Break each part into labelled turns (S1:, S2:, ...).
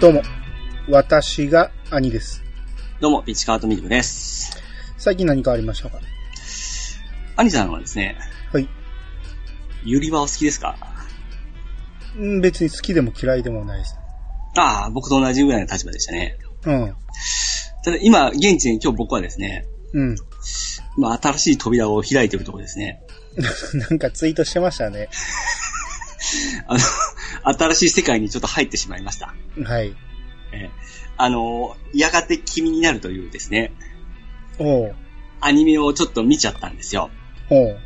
S1: どうも、私が兄です。
S2: どうも、ピチカートミルクです。
S1: 最近何かありましたか
S2: 兄さんはですね、
S1: はい。
S2: ゆりはお好きですか
S1: うん別に好きでも嫌いでもないです。
S2: ああ、僕と同じぐらいの立場でしたね。
S1: うん。
S2: ただ今、現地に今日僕はですね、
S1: うん。
S2: まあ、新しい扉を開いてるところですね。
S1: なんかツイートしてましたね。
S2: あの、 新しい世界にちょっと入ってしまいました。
S1: はい。
S2: えーあの、やがて君になるというですね、
S1: おう。
S2: アニメをちょっと見ちゃったんですよ。
S1: おう。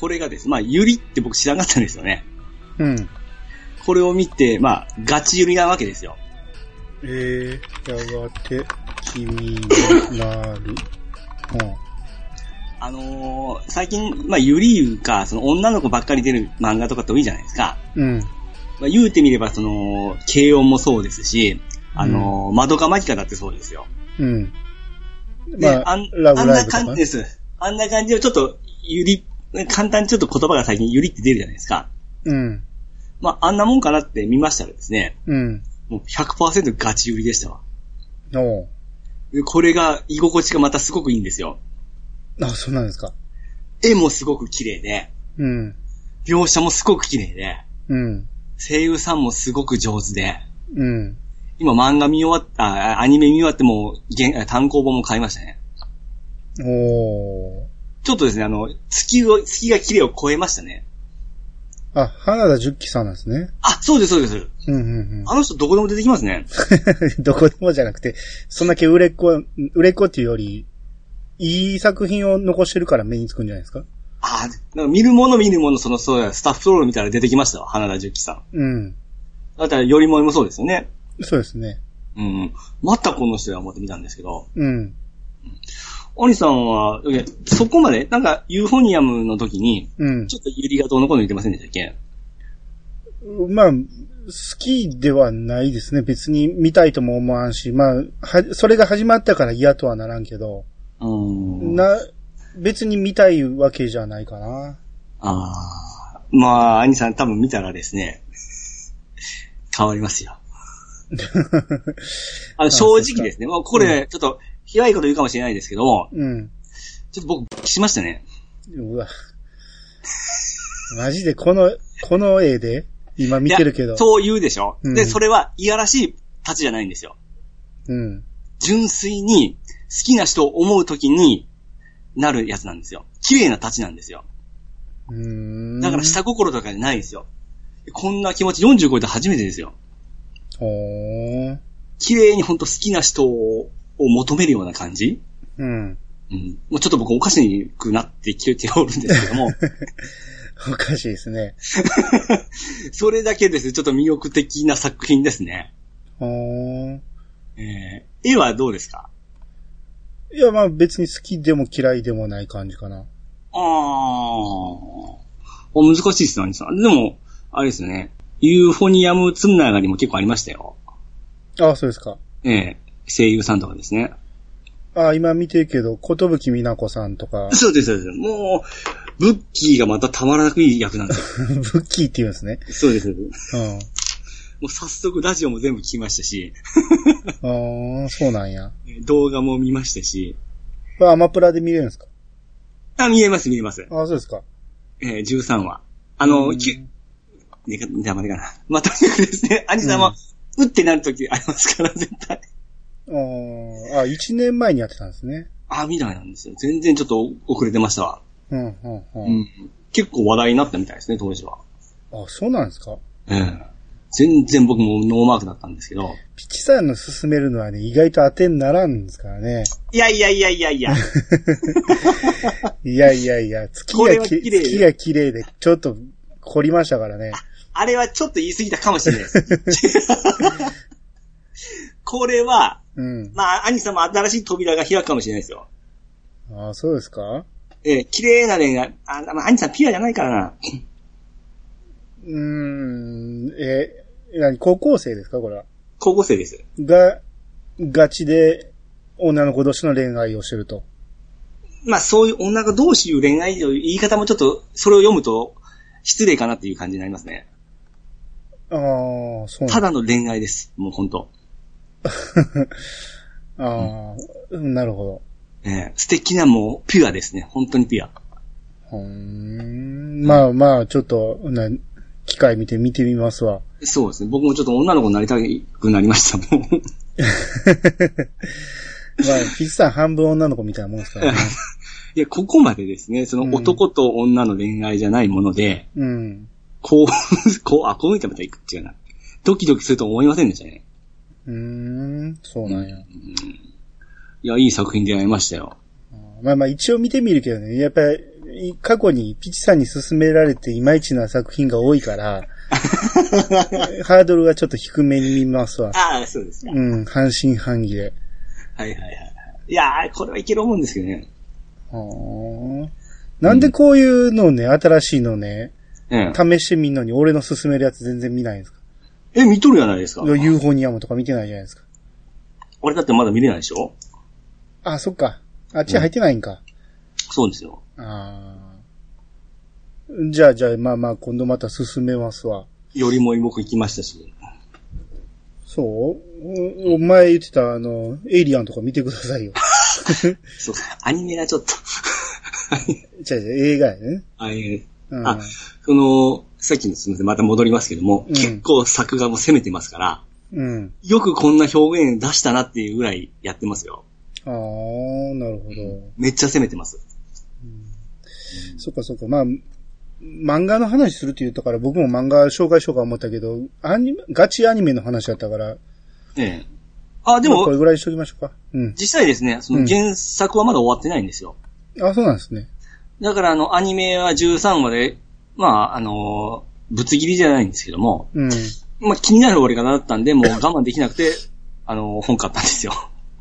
S2: これがですね、まあ、ゆりって僕知らなかったんですよね。
S1: うん。
S2: これを見て、まあ、ガチゆりなわけですよ。
S1: えー、やがて、君になる。
S2: あのー最近、まあ、ゆりゆか、その女の子ばっかり出る漫画とかって多いじゃないですか。
S1: うん。うん。
S2: まあ、言うてみれば、その、軽音もそうですし、あのー、まどかまきかだってそうですよ。
S1: うん。
S2: で
S1: まあ、
S2: ん
S1: ラブライブと
S2: あんな
S1: か
S2: 感じ
S1: ね。
S2: です。あんな感じで、ちょっと、ゆり、簡単にちょっと言葉が最近ゆりって出るじゃないですか。
S1: うん。
S2: まあ、あんなもんかなって見ましたらですね、
S1: うん。
S2: もう100%ガチゆりでしたわ。
S1: おう。
S2: でこれが、居心地がまたすごくいいんですよ。
S1: あ、そうなんですか。
S2: 絵もすごく綺麗で、
S1: うん。
S2: 描写もすごく綺麗で、
S1: うん。
S2: 声優さんもすごく上手で、
S1: うん。
S2: 今漫画見終わった、あアニメ見終わってもう原、単行本も買いましたね。
S1: おー。
S2: ちょっとですね、あの、月を、月が綺麗を超えましたね。
S1: あ、花田十喜さんなんですね。
S2: あ、そうです、そうです。
S1: うんうん
S2: あの人どこでも出てきますね。
S1: うん。 どこでもじゃなくて、そんだけ売れっ子、売れっ子っていうより、いい作品を残してるから目につくんじゃないですか
S2: あなんか見るもの見るもの、その、そうや、スタッフトロール見たら出てきましたわ、花田十喜さん。
S1: うん。
S2: だったら、よりもいもそうですよね。
S1: そうですね。
S2: うんうん。またこの人や思って見たんですけど、
S1: うん。
S2: 兄さんは、いやそこまで、なんか、ユーフォニアムの時に、
S1: うん
S2: ち。ょっとユリがどうのこうの言ってませんでしたっけ
S1: まあ、好きではないですね。別に見たいとも思わんし、まあ、は、それが始まったから嫌とはならんけど、
S2: うーん。
S1: な、別に見たいわけじゃないかな。
S2: ああ。まあ、兄さん多分見たらですね、変わりますよ。あの、正直ですね。もうこれ、ちょっと、ひらいこと言うかもしれないですけども、
S1: うん。
S2: ちょっと僕、しましたね。
S1: うわ。マジでこの、この絵で今見てるけ
S2: い
S1: ど
S2: や。そう言うでしょ、
S1: うん
S2: で、それは、いやらしいたちじゃないんですよ。
S1: うん。
S2: 純粋に、好きな人を思うときに、なるやつなんですよ。綺麗なたちなんですよ。
S1: うーん。
S2: だから、下心とかじゃないですよ。こんな気持ち40超えて初めてですよ。
S1: ほー。
S2: 綺麗にほんと好きな人を求めるような感じ
S1: うん。
S2: うん。もうちょっと僕おかしくなってきておるんですけど も、
S1: おかしいですね。
S2: それだけですね、ちょっと魅力的な作品ですね。
S1: ほー。
S2: えー、絵はどうですか
S1: いや、まあ別に好きでも嫌いでもない感じかな。
S2: あー。あ難しいですね、兄さん。でも、あれですよね。ユーフォニアムつながりも結構ありましたよ。
S1: ああ、そうですか。
S2: ええ声優さんとかですね。、
S1: ああ、今見てるけど、ことぶきみなこさんとか
S2: そうです、そうです。もう、ブッキーがまたたまらなくいい役なんですよ。
S1: ブッキーって言うんですね。
S2: そうです、そうです。
S1: うん。
S2: もう早速ラジオも全部聞きましたし、
S1: ああ、そうなんや。
S2: 動画も見ましたし、
S1: これアマプラで見れるんですか
S2: あ、見えます、見えます。
S1: ああ、そうですか。
S2: えー、13話。あの、
S1: うん
S2: きゅ、ね、じゃあ待てかな。まあ、とにかくですね、兄さんは、うってなるときありますから、絶対。
S1: あーあ、1年前にやってたんですね。
S2: あ、みたいなんですよ。全然ちょっと遅れてましたわ。
S1: うん、うん、
S2: う
S1: うん。
S2: ん。結構話題になったみたいですね、当時は。
S1: あそうなんですか
S2: うん。全然僕もノーマークだったんですけど。
S1: ピチさんの勧めるのはね、意外と当てにならんですからね。
S2: いやいやいやいやい や。
S1: いやいやいや、月
S2: これ
S1: が
S2: は
S1: き
S2: 綺麗
S1: 月が綺麗で、ちょっと凝りましたから ね。
S2: あれはちょっと言い過ぎたかもしれない です。これは、
S1: うん。
S2: まあ、兄さんも新しい扉が開くかもしれないですよ。
S1: ああ、そうですか
S2: えー、綺麗な面が、あ、まあ、兄さんピュアじゃないからな。
S1: うーん、え、何、高校生ですかこれは。
S2: 高校生です。
S1: が、ガチで女の子同士の恋愛をしてると。
S2: まあ、そういう女が同士いう恋愛という言い方もちょっと、それを読むと、失礼かなっていう感じになりますね。
S1: ああ、そうな
S2: た
S1: んだ。
S2: だの恋愛です。もう本当。
S1: ああ、うんなるほ
S2: えー素敵なもうピュアですね。本当にピュア。
S1: ど。うーんまあまあ、ちょっと、な、機会見て見てみますわ。
S2: そうですね。僕もちょっと女の子になりたくなりました。もう
S1: まあ、ピッさん半分女の子みたいなもんですから ね。
S2: いや、ここまでですね、その男と女の恋愛じゃないもので、
S1: うん。
S2: こう、 こう、あ、こう見てまた行く違うな。ドキドキすると思いませんでしたね。
S1: うーん、そうなんや。
S2: いや、いい作品で会いましたよ。
S1: まあまあ一応見てみるけどね、やっぱり過去にピチさんに勧められていまいちな作品が多い から、ハードルがちょっと低めに見ますわ。
S2: ああ、そうですね。
S1: うん、半信半疑で。
S2: はいはいはいはい。いやー、これはいける思うんですけどね。
S1: はあなんでこういうのをね、新しいのをね、
S2: え
S1: 試してみんのに俺の勧めるやつ全然見ないんですか
S2: え、え見とるじゃないですか。
S1: ユーフォニアムとか見てないじゃないですか。
S2: 俺だってまだ見れないでしょ
S1: あ、そっか。あっち入ってないんか。
S2: そうですよ。
S1: あーじゃあじゃあ、まあまあ今度また勧めますわ。
S2: よりも僕行きましたし。
S1: そうおお前言ってた、あの、エイリアンとか見てくださいよ。
S2: そう、アニメがちょっと
S1: じゃあ、映画やね。
S2: あえ
S1: うん。
S2: あ、その、さっきのすみません、また戻りますけども、
S1: うん
S2: 結構作画も攻めてますから、
S1: うん。
S2: よくこんな表現出したなっていうぐらいやってますよ。
S1: ああ、なるほど。
S2: めっちゃ攻めてます。
S1: そっかそっか。まあ、漫画の話するって言ったから、僕も漫画紹介しようか思ったけど、アニメ、ガチアニメの話だったから、
S2: ええ。あ、で
S1: まあこれ
S2: も、
S1: ぐらいにしときましょうか。うん。
S2: 実際ですね、その原作はまだ終わってないんですよ。
S1: あ、そうなんですね。
S2: だからあの、アニメは13話で、まあ、あのーぶつ切りじゃないんですけども、
S1: うん。
S2: まあ気になる終わり方だったんで、もう我慢できなくて、 あのー本買ったんですよ。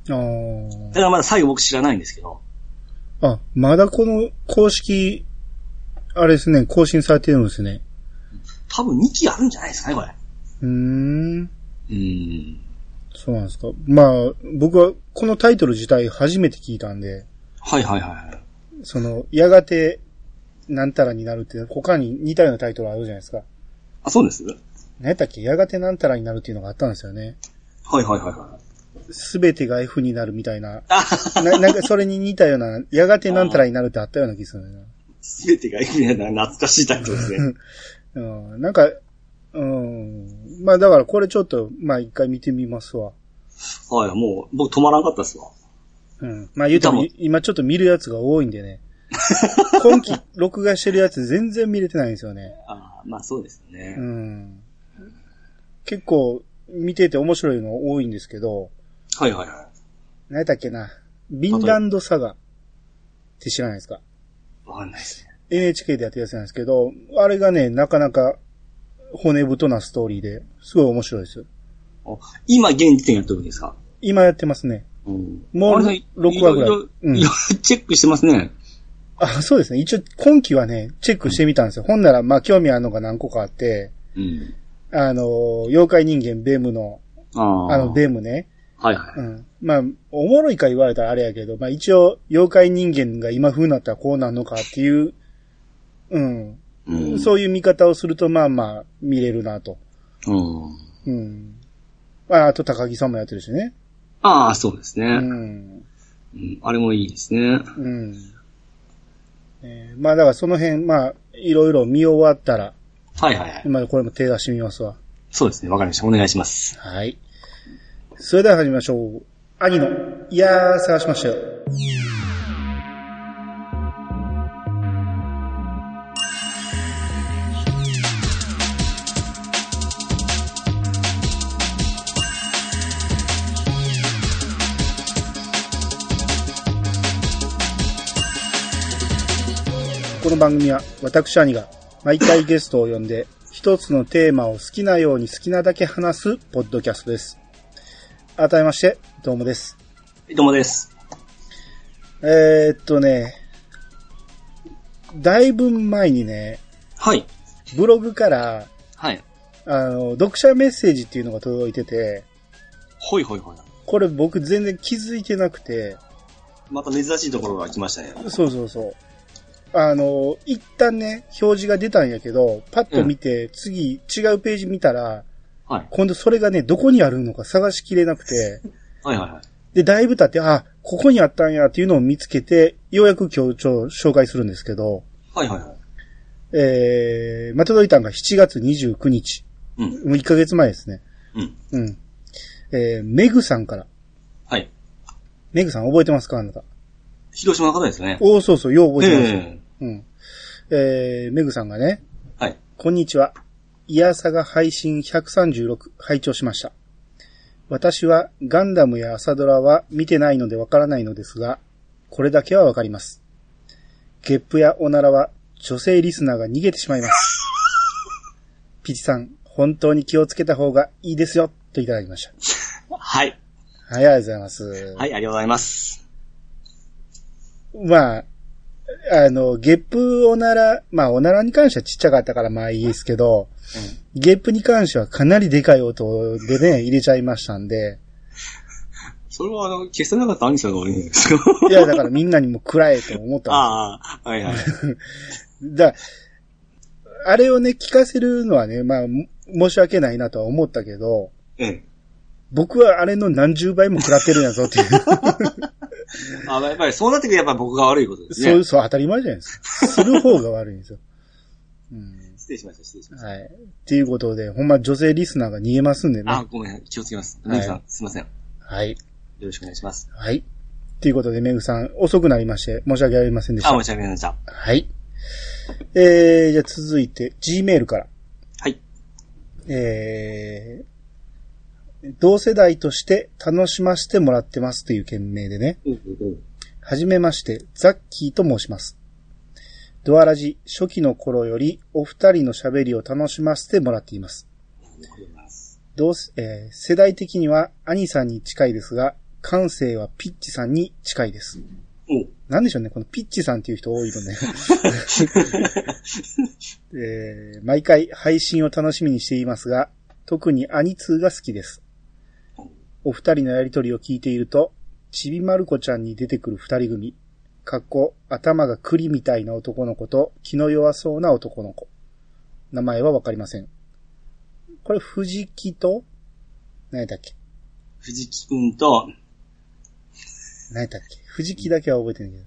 S2: だ
S1: あ
S2: からまだ最後僕知らないんですけど。
S1: あ。あ、まだこの公式、あれですね、更新されてるんですね。
S2: 多分2期あるんじゃないですかね、これ。
S1: うーん。
S2: うん。
S1: そうなんですか。まあ、僕はこのタイトル自体初めて聞いたんで、
S2: はいはいはいはい。
S1: その、やがて、なんたらになるって、他に似たようなタイトルあるじゃないですか。
S2: あ、そうですはい
S1: 何やったっけやがてなんたらになるっていうのがあったんですよね。
S2: はいはいはい。
S1: すべてが F になるみたい な。
S2: あはは
S1: な、なんかそれに似たような、やがてなんたらになるってあったような気するんだよ
S2: すべてがいいな、懐かしいタイトルですね。
S1: な。うん。なんか、うん。まあだからこれちょっと、まあ一回見てみますわ。
S2: はい、もう、僕止まらなかったっすわ。
S1: うん。まあ言うても
S2: 歌も、
S1: 今ちょっと見るやつが多いんで ね。今期録画してるやつ全然見れてないんですよね。
S2: あーまあそうですね。
S1: うん結構見てて面白いの多いんですけど、
S2: はいはいはい。
S1: 何やったっけな。ビンランドサガって知らないですか
S2: わかんないですね。
S1: ?NHK でやってるやつなんですけど、あれがね、なかなか骨太なストーリーで、すごい面白いですよ。
S2: あ今、現時点やってるんですか
S1: 今やってますね。
S2: うん。
S1: もう
S2: あれさ
S1: 6話ぐらい
S2: ろろ
S1: うん
S2: いろいろチェックしてますね。
S1: あ、そうですね。一応今期はね、チェックしてみたんですよ。ほんなら、まあ興味あるのが何個かあって、
S2: うん。
S1: あのー、妖怪人間ベムの、
S2: ああ。
S1: あの、ベムね。
S2: はいは
S1: う
S2: い。
S1: ん。まあ、おもろいか言われたらあれやけど、まあ一応、妖怪人間が今風になったらこうなんのかっていう、うん。
S2: うん。
S1: そういう見方をすると、まあまあ、見れるなと。
S2: うん。
S1: うん。まあ、あと高木さんもやってるしね。
S2: ああ、そうです
S1: う
S2: ね。
S1: ん。
S2: うんあれもいいですね。
S1: うん。えーまあだからその辺、まあ、いろいろ見終わったら、
S2: はいはいはい。
S1: まあこれも手出してみますわ。
S2: そうですね。わかりました。お願いします。
S1: はい。それでは始めましょう。兄の、いやー、探しましたよ。この番組は私兄が毎回ゲストを呼んで一つのテーマを好きなように好きなだけ話すポッドキャストです。改めまして、どうもです。
S2: どうもです。
S1: えー、っとね、だいぶ前にね、
S2: はい。
S1: ブログから、
S2: はい。
S1: あの、読者メッセージっていうのが届いてて、
S2: ほいほいほい。
S1: これ僕全然気づいてなくて、
S2: また珍しいところが来ましたね。
S1: そうそうそう。あの、一旦ね、表示が出たんやけど、パッと見て、次、違うページ見たら、
S2: はい。
S1: 今度それがね、どこにあるのか探しきれなくて、
S2: はいはいはい。
S1: で、だいぶ経って、あ、ここにあったんやっていうのを見つけて、ようやく今日ちょ紹介するんですけど、
S2: はいはいはい。
S1: えー、またどいたんが7月29日。
S2: うん。
S1: もう1ヶ月前ですね。
S2: うん。
S1: うん。えー、メグさんから。
S2: はい。
S1: メグさん覚えてますかあなた。
S2: 広島の方ですよね。
S1: おー、そうそう、よう覚えてますよ。
S2: え
S1: うん。えー、メグさんがね、
S2: えはい。
S1: こんにちは。イヤサガ配信136、拝聴しました。私はガンダムや朝ドラは見てないのでわからないのですが、これだけはわかります。ゲップやおならは女性リスナーが逃げてしまいます。ピチさん、本当に気をつけた方がいいですよ、といただきました。
S2: はい。
S1: はい、ありがとうございます。
S2: はい、ありがとうございます。
S1: まあ、あの、ゲップおなら、まあおならに関してはちっちゃかったからまあいいですけど、ゲップに関してはかなりでかい音でね、入れちゃいましたんで、
S2: それは、あの、消せなかった兄さんが悪いんですか
S1: いやだからみんなにも食らえと思ったん
S2: ああ、はいはい。
S1: です。だあれをね、聞かせるのはね、まあ、も申し訳ないなとは思ったけど、
S2: ええ。
S1: 僕はあれの何十倍も食らってるんやぞっていう、
S2: あやっぱりそうなってくるとやっぱり僕が悪いことですね。
S1: そういう、そう当たり前じゃないですか。する方が悪いんですよ。うん
S2: 失礼しました、失礼しまし
S1: はい。っていうことで、ほんま女性リスナーが逃げますんでね
S2: た。。あ、ごめん、気をつけます。
S1: はい
S2: 兄さん、すいません。よ
S1: はい。
S2: ろしくお願いします。
S1: はい。ということで、メグさん、遅くなりまして、申し訳ありませんでし
S2: あ、
S1: た。
S2: 申し訳ありませんでした。
S1: はい。えー、じゃあ続いて、Gmail から。
S2: はい。
S1: えー、同世代として楽しませてもらってますという件名でね。はじめまして、ザッキーと申します。ドアラジ、初期の頃より、お二人の喋りを楽しませてもらっています。同世えー世代的には、兄さんに近いですが、感性はピッチさんに近いです。
S2: お
S1: なんでしょうね、このピッチさんっていう人多いのね。えー毎回配信を楽しみにしていますが、特にアニツーが好きです。お二人のやりとりを聞いていると、ちびまる子ちゃんに出てくる二人組、かっこ頭が栗みたいな男の子と気の弱そうな男の子。名前はわかりません。これ、藤木と、何やったっけ
S2: 藤木くんと、
S1: 何やったっけ藤木だけは覚えてないけど。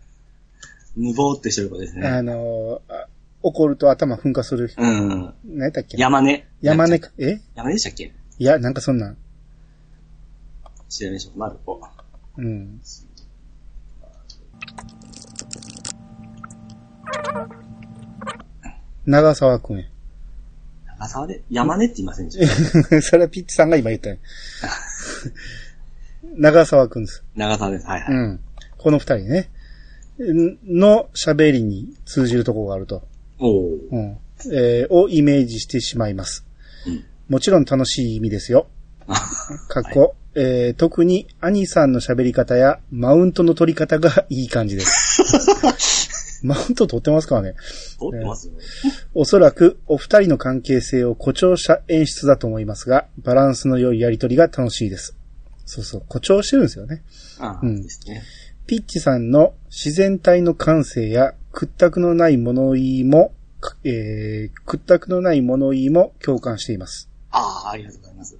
S2: 無謀ってしてる子ですね。
S1: あのーあ怒ると頭噴火する。
S2: うん。
S1: 何やったっけ
S2: 山根。
S1: 山根か、え
S2: 山根でしたっけ
S1: いや、なんかそんなん。
S2: 調べましょう。マルコ。
S1: うん。長沢くんや。
S2: 長沢で、山根って言いませんでした
S1: それはピッチさんが今言ったよ 長沢くんです。
S2: 長沢です。はいは
S1: う
S2: い。
S1: ん。この二人ね。んの喋りに通じるところがあると。
S2: おー
S1: うん。えーをイメージしてしまいます。
S2: うん
S1: もちろん楽しい意味ですよ。かっこ、えー特に兄さんの喋り方やマウントの取り方がいい感じです。 マウント取ってますからね。
S2: 通ってますよね。
S1: おそらくお二人の関係性を誇張した演出だと思いますが、バランスの良いやりとりが楽しいです。そうそう、誇張してるんですよね。
S2: ああ、
S1: うん
S2: ですね。
S1: ピッチさんの自然体の感性や屈託のない物言いも、かえー屈託のない物言いも共感しています。
S2: ああ、ありがとうございます。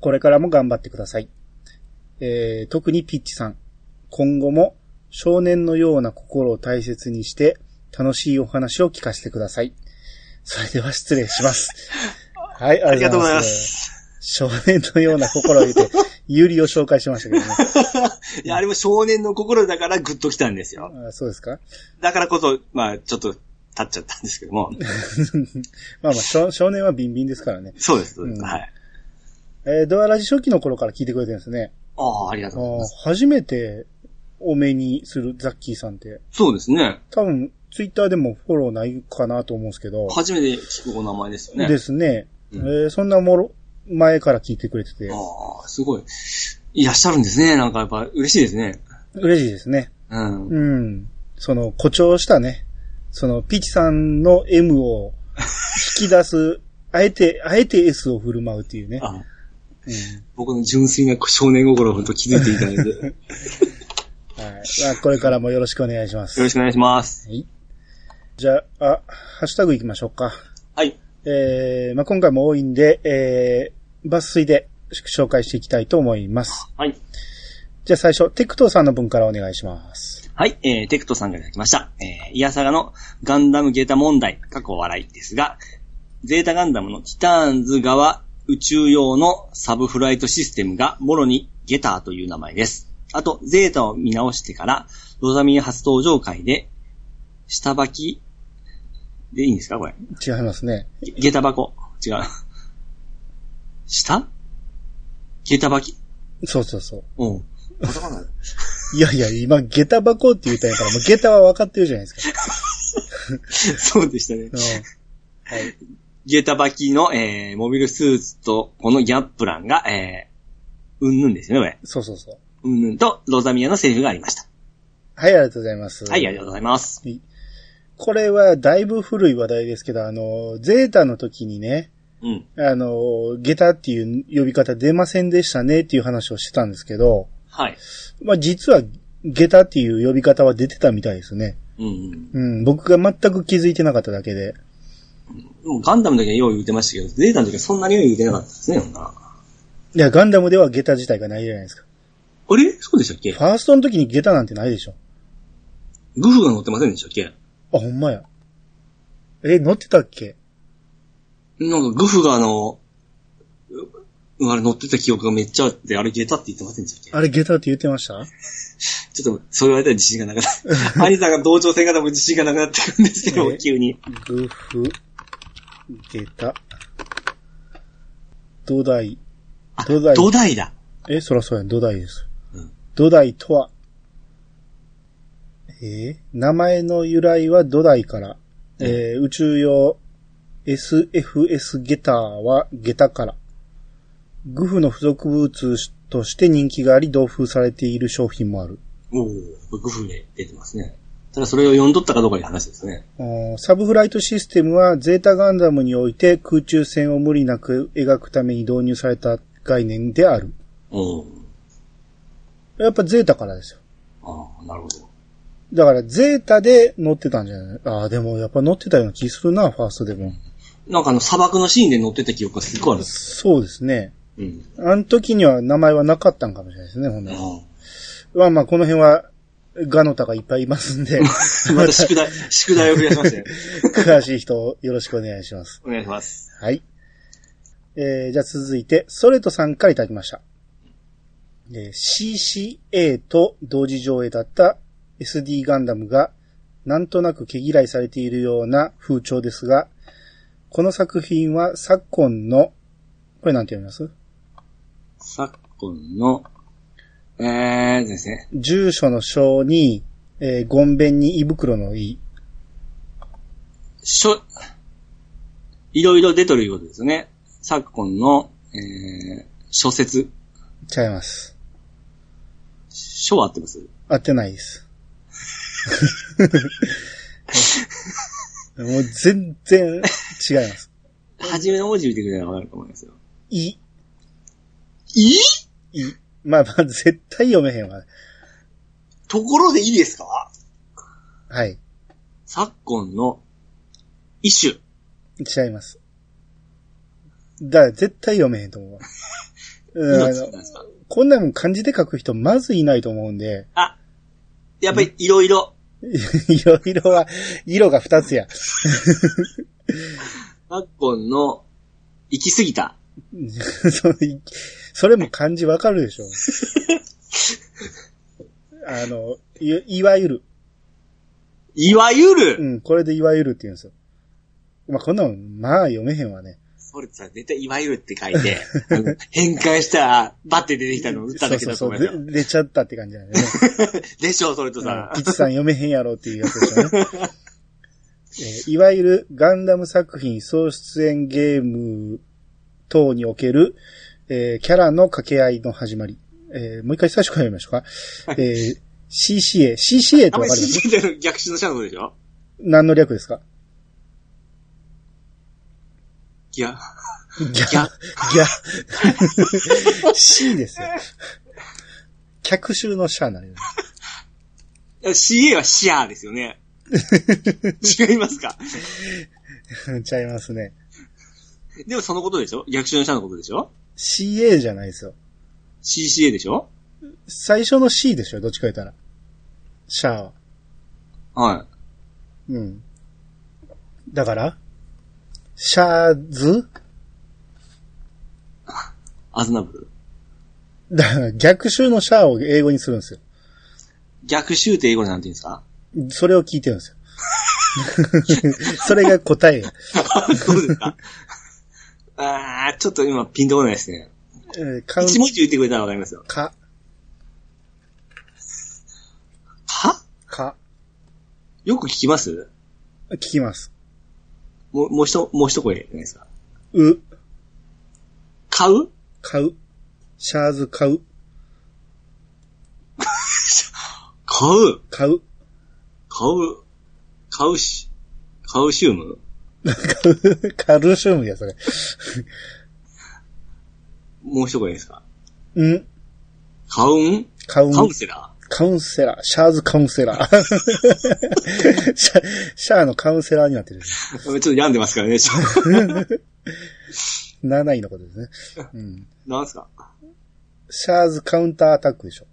S1: これからも頑張ってください。えー特にピッチさん、今後も少年のような心を大切にして楽しいお話を聞かせてください。それでは失礼します。はい、あ
S2: あ
S1: り
S2: り
S1: が
S2: が
S1: とう
S2: と
S1: ご
S2: う
S1: ざ
S2: ござ
S1: いま。
S2: いますす。
S1: 少年のような心を言って、ユリを紹介しましたけどね
S2: いや、あれも少年の心だからグッと来たんですよ。。
S1: あそうですか
S2: だからこそ、まあ、ちょっと立っちゃったんですけども。
S1: まあまあ少、少年はビンビンですからね。
S2: そうです、そうで
S1: う
S2: す。
S1: ん
S2: はい。
S1: えードアラジ初期の頃から聞いてくれてるんですね。
S2: ああ、ありが
S1: あ
S2: とうございま
S1: ー
S2: す。
S1: 初めてお目にするザッキーさんって。
S2: そうですね。
S1: 多分、ツイッターでもフォローないかなと思うんですけど。
S2: 初めて聞くお名前ですよね。
S1: ですね。
S2: うん
S1: えーそんなもろ、前から聞いてくれてて、
S2: ああ、すごい。いらっしゃるんですね。なんかやっぱ嬉しいですね。
S1: 嬉しいですね。
S2: うん。
S1: うん。その、誇張したね。その、ピチさんの M を引き出 す、あえて、あえて S を振る舞うっていうね。
S2: あ
S1: うん
S2: 僕の純粋な少年心を本当気づいていただいて。 よ
S1: はい。まあこれからもよろしくお願いします。
S2: ろしくお願いします。
S1: はい。じゃあ、あハッシュタグ行きましょうか。
S2: はい。
S1: えー、まあ、今回も多いんで、えー、抜粋で紹介していきたいと思います。
S2: はい。
S1: じゃあ最初、テクトーさんの分からお願いします。
S2: はい、えー、テクトさんからいただきました。えー、イヤサガのガンダムゲータ問題、過去笑いですが、ゼータガンダムのティターンズ側宇宙用のサブフライトシステムが、もろにゲターという名前です。あと、ゼータを見直してから、ロザミン初登場会で、下履きでいいんですかこれ。
S1: 違いますね。
S2: ゲゲタ箱。違う。下ゲタ履き
S1: そうそうそう。
S2: うん。
S1: いやいや、今、下駄箱って言ったんやから、もう下駄は分かってるじゃない ですか。
S2: そうでしたね
S1: う。ん
S2: ゲタバキの、えー、モビルスーツと、このギャップランが、えー、うんぬんですよね、
S1: そうそうそう。
S2: これ。うんぬんと、ロザミアのセリフがありました。
S1: はい、ありがとうございます。
S2: はい、ありがとうございます。
S1: これはだいぶ古い話題ですけど、あの、ゼータの時にね、
S2: うん。
S1: あの、下駄っていう呼び方出ませんでしたねっていう話をしてたんですけど、
S2: はい。
S1: まあ実は下駄っていう呼び方は出てたみたいですね。
S2: うんうん。
S1: うん、僕が全く気づいてなかっただけで。
S2: もうガンダムの時はよう言うてましたけど、ゼータの時はそんなによう言うてなかったですね、ほんなら
S1: いや、ガンダムでは下駄自体がないじゃないですか。
S2: あれそうでしたっけ
S1: ファーストの時に下駄なんてないでしょ。
S2: グフが乗ってませんでしたっけ
S1: あ、ほんまや。え、乗ってたっけ
S2: なんかグフがあの、うあれ乗ってた記憶がめっちゃあって、あれゲタって言ってませんでしたっ
S1: あれ下駄って言ってました
S2: けちょっと、そう言われたら自信がなくなって、兄さんが同調戦が多分自信がなくなってくるんですけ
S1: え
S2: ど、急に。
S1: グフ、下駄、土台。
S2: あ、
S1: 土台
S2: 土台だ。
S1: え、そらそうやん、土台です。
S2: うん
S1: 土台とは、えー名前の由来は土台から、えー宇宙用 SFS ゲターはゲタから。グフの付属物として人気があり、同封されている商品もある。
S2: おお、グフで出てますね。ただそれを読んどったかどうかいう話ですね。
S1: あーサブフライトシステムはゼータガンダムにおいて空中戦を無理なく描くために導入された概念である。
S2: うん。
S1: やっぱゼータからですよ。
S2: ああ、なるほど。
S1: だからゼータで乗ってたんじゃないああ、でもやっぱ乗ってたような気するな、ファーストでも。
S2: なんかあの砂漠のシーンで乗ってた記憶がすっごいあるんです。
S1: そうですね。
S2: うん。
S1: あの時には名前はなかったんかもしれないですね、ほ んなら
S2: あ
S1: まあまあ、この辺はガノタがいっぱいいますんで、
S2: あまた宿 題、宿題を増やしましたね。
S1: 詳しい人よろしくお願いします。
S2: お願いします。
S1: はい。えー、じゃあ続いて、ソレトさんからいただきました。えー CCA と同時上映だった SD ガンダムが、なんとなく毛嫌いされているような風潮ですが、この作品は昨今の、これなんて読みます
S2: 昨今の、えーですね。
S1: 住所の章に、えー、ゴンベンに胃袋の胃。
S2: しょ、いろいろ出とるいうことですよね。昨今の、えー、小説。
S1: ちゃいます。
S2: 書は合ってます
S1: 合ってないです。もう全然違います。
S2: 初めの文字見てくれたらわかると思いますよ。
S1: 胃。
S2: いい
S1: まあまあ、 絶対読めへんわ。
S2: ところでいいですか
S1: はい。
S2: 昨今の一種。
S1: 違います。だから絶対読めへんと思うわ。うんあ
S2: 命なん
S1: の
S2: ですか
S1: こんなもん漢字で書く人まずいないと思うんで、
S2: あ、やっぱりいろいろ。
S1: いろいろは、色が二つや。
S2: 昨今の行き過ぎた。
S1: そのいそれも漢字わかるでし ょ。あの、いいわゆる。
S2: いわゆる、
S1: うん、これでいわゆるって言うんですよ。まあ、こんなもん、まあ読めへんわね。
S2: それさ、絶対いわゆるって書いて、 あの変換したら、バッて出てきたのを打っただけだと
S1: そう
S2: 思い
S1: そ
S2: ま
S1: う
S2: す
S1: そ
S2: よ
S1: う。で出ちゃったって感じなんでね。
S2: でしょう、それとさ
S1: ピ。ッチさん読めへんやろっていうやつでしょうね。えーいわゆるガンダム作品総出演ゲーム等における、えーキャラの掛け合いの始まり。えーもう一回最初から読みましょうか。えー CCA。CCA って
S2: あん
S1: わ
S2: まり
S1: かります
S2: 信じてる逆襲のシャドウでしょ
S1: 何の略ですか
S2: いや、
S1: ギャ、ギ
S2: ャ
S1: ャ、C ですよ。客衆のシャーになります。
S2: CA はシアーですよね。違いますか
S1: ちゃいますね。
S2: でもそのことでしょ逆襲の下のことでしょ
S1: CA じゃないですよ。
S2: ?CCA でしょ
S1: 最初の C でしょ、どっちか言ったら。シャアは。
S2: は
S1: うん。だから、シャーズ
S2: い。アズナブル。
S1: だから逆襲のシャアを英語にするんですよ。
S2: 逆襲って英語でなんて言うんですか
S1: それを聞いてるんですよ。 それが答えよ。
S2: そうですかあー、ちょっと今ピンとこないですね。
S1: えーカウン
S2: 一文字言ってくれたらわかりますよ。
S1: か、
S2: は
S1: か、
S2: よく聞きます
S1: 聞きます。
S2: もう、もう一、もう一声じゃないですか。
S1: う、
S2: 買う
S1: 買う。シャーズ買う。
S2: 買う
S1: 買う。
S2: 買う買うし、買うシウム
S1: カルシウムや、それ。
S2: もう一声ですか
S1: うん。
S2: 買うん
S1: カウン
S2: カウンセラ
S1: カウンセラー、シャーズカウンセラー。 シャシャアのカウンセラーになってる。
S2: ーちょっと病んでますからね。 ちょっと
S1: 7位のことですね。うん。
S2: なんすか
S1: シャーズカウンターアタックでしょ。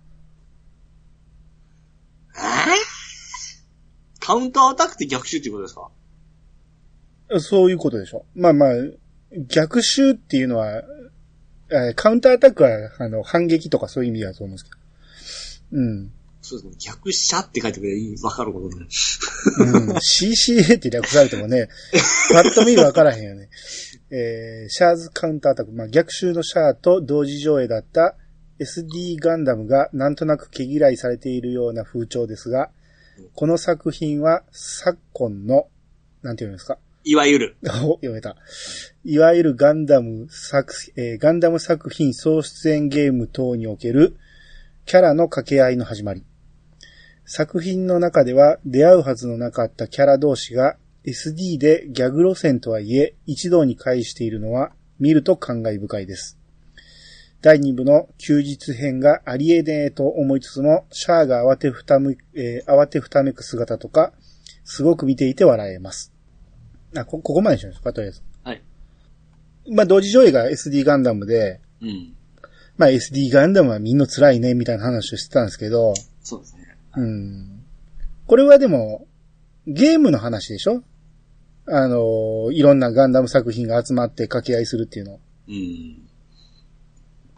S2: カウンターアタックって逆襲っていうことですか
S1: そういうことでしょ。まあまあ、逆襲っていうのは、えーカウンターアタックは、あの、反撃とかそういう意味だと思うんですけど。うん。
S2: そうですね。逆者って書いてくればわかることになる。
S1: うん、CCA って略されてもね、パッと見分からへんよね。えー、シャーズカウンターアタック。まあ、逆襲のシャアと同時上映だった SD ガンダムがなんとなく毛嫌いされているような風潮ですが、この作品は昨今の、なんて言うんですか
S2: いわゆる。
S1: お、 読めた。いわゆるガンダム作、えーガンダム作品総出演ゲーム等におけるキャラの掛け合いの始まり。作品の中では出会うはずのなかったキャラ同士が SD でギャグ路線とはいえ一堂に会しているのは見ると感慨深いです。第2部の休日編がありえねえと思いつつも、シャアが慌てふたむ、えー慌てふためく姿とか、すごく見ていて笑えます。あ、こ、ここまでにしましょうか、とりあえず。
S2: はい。
S1: まあ、同時上映が SD ガンダムで、
S2: うん。
S1: まあ、SD ガンダムはみんな辛いね、みたいな話をしてたんですけど、
S2: そうですね。
S1: うん。これはでも、ゲームの話でしょあのーいろんなガンダム作品が集まって掛け合いするっていうの。
S2: うん。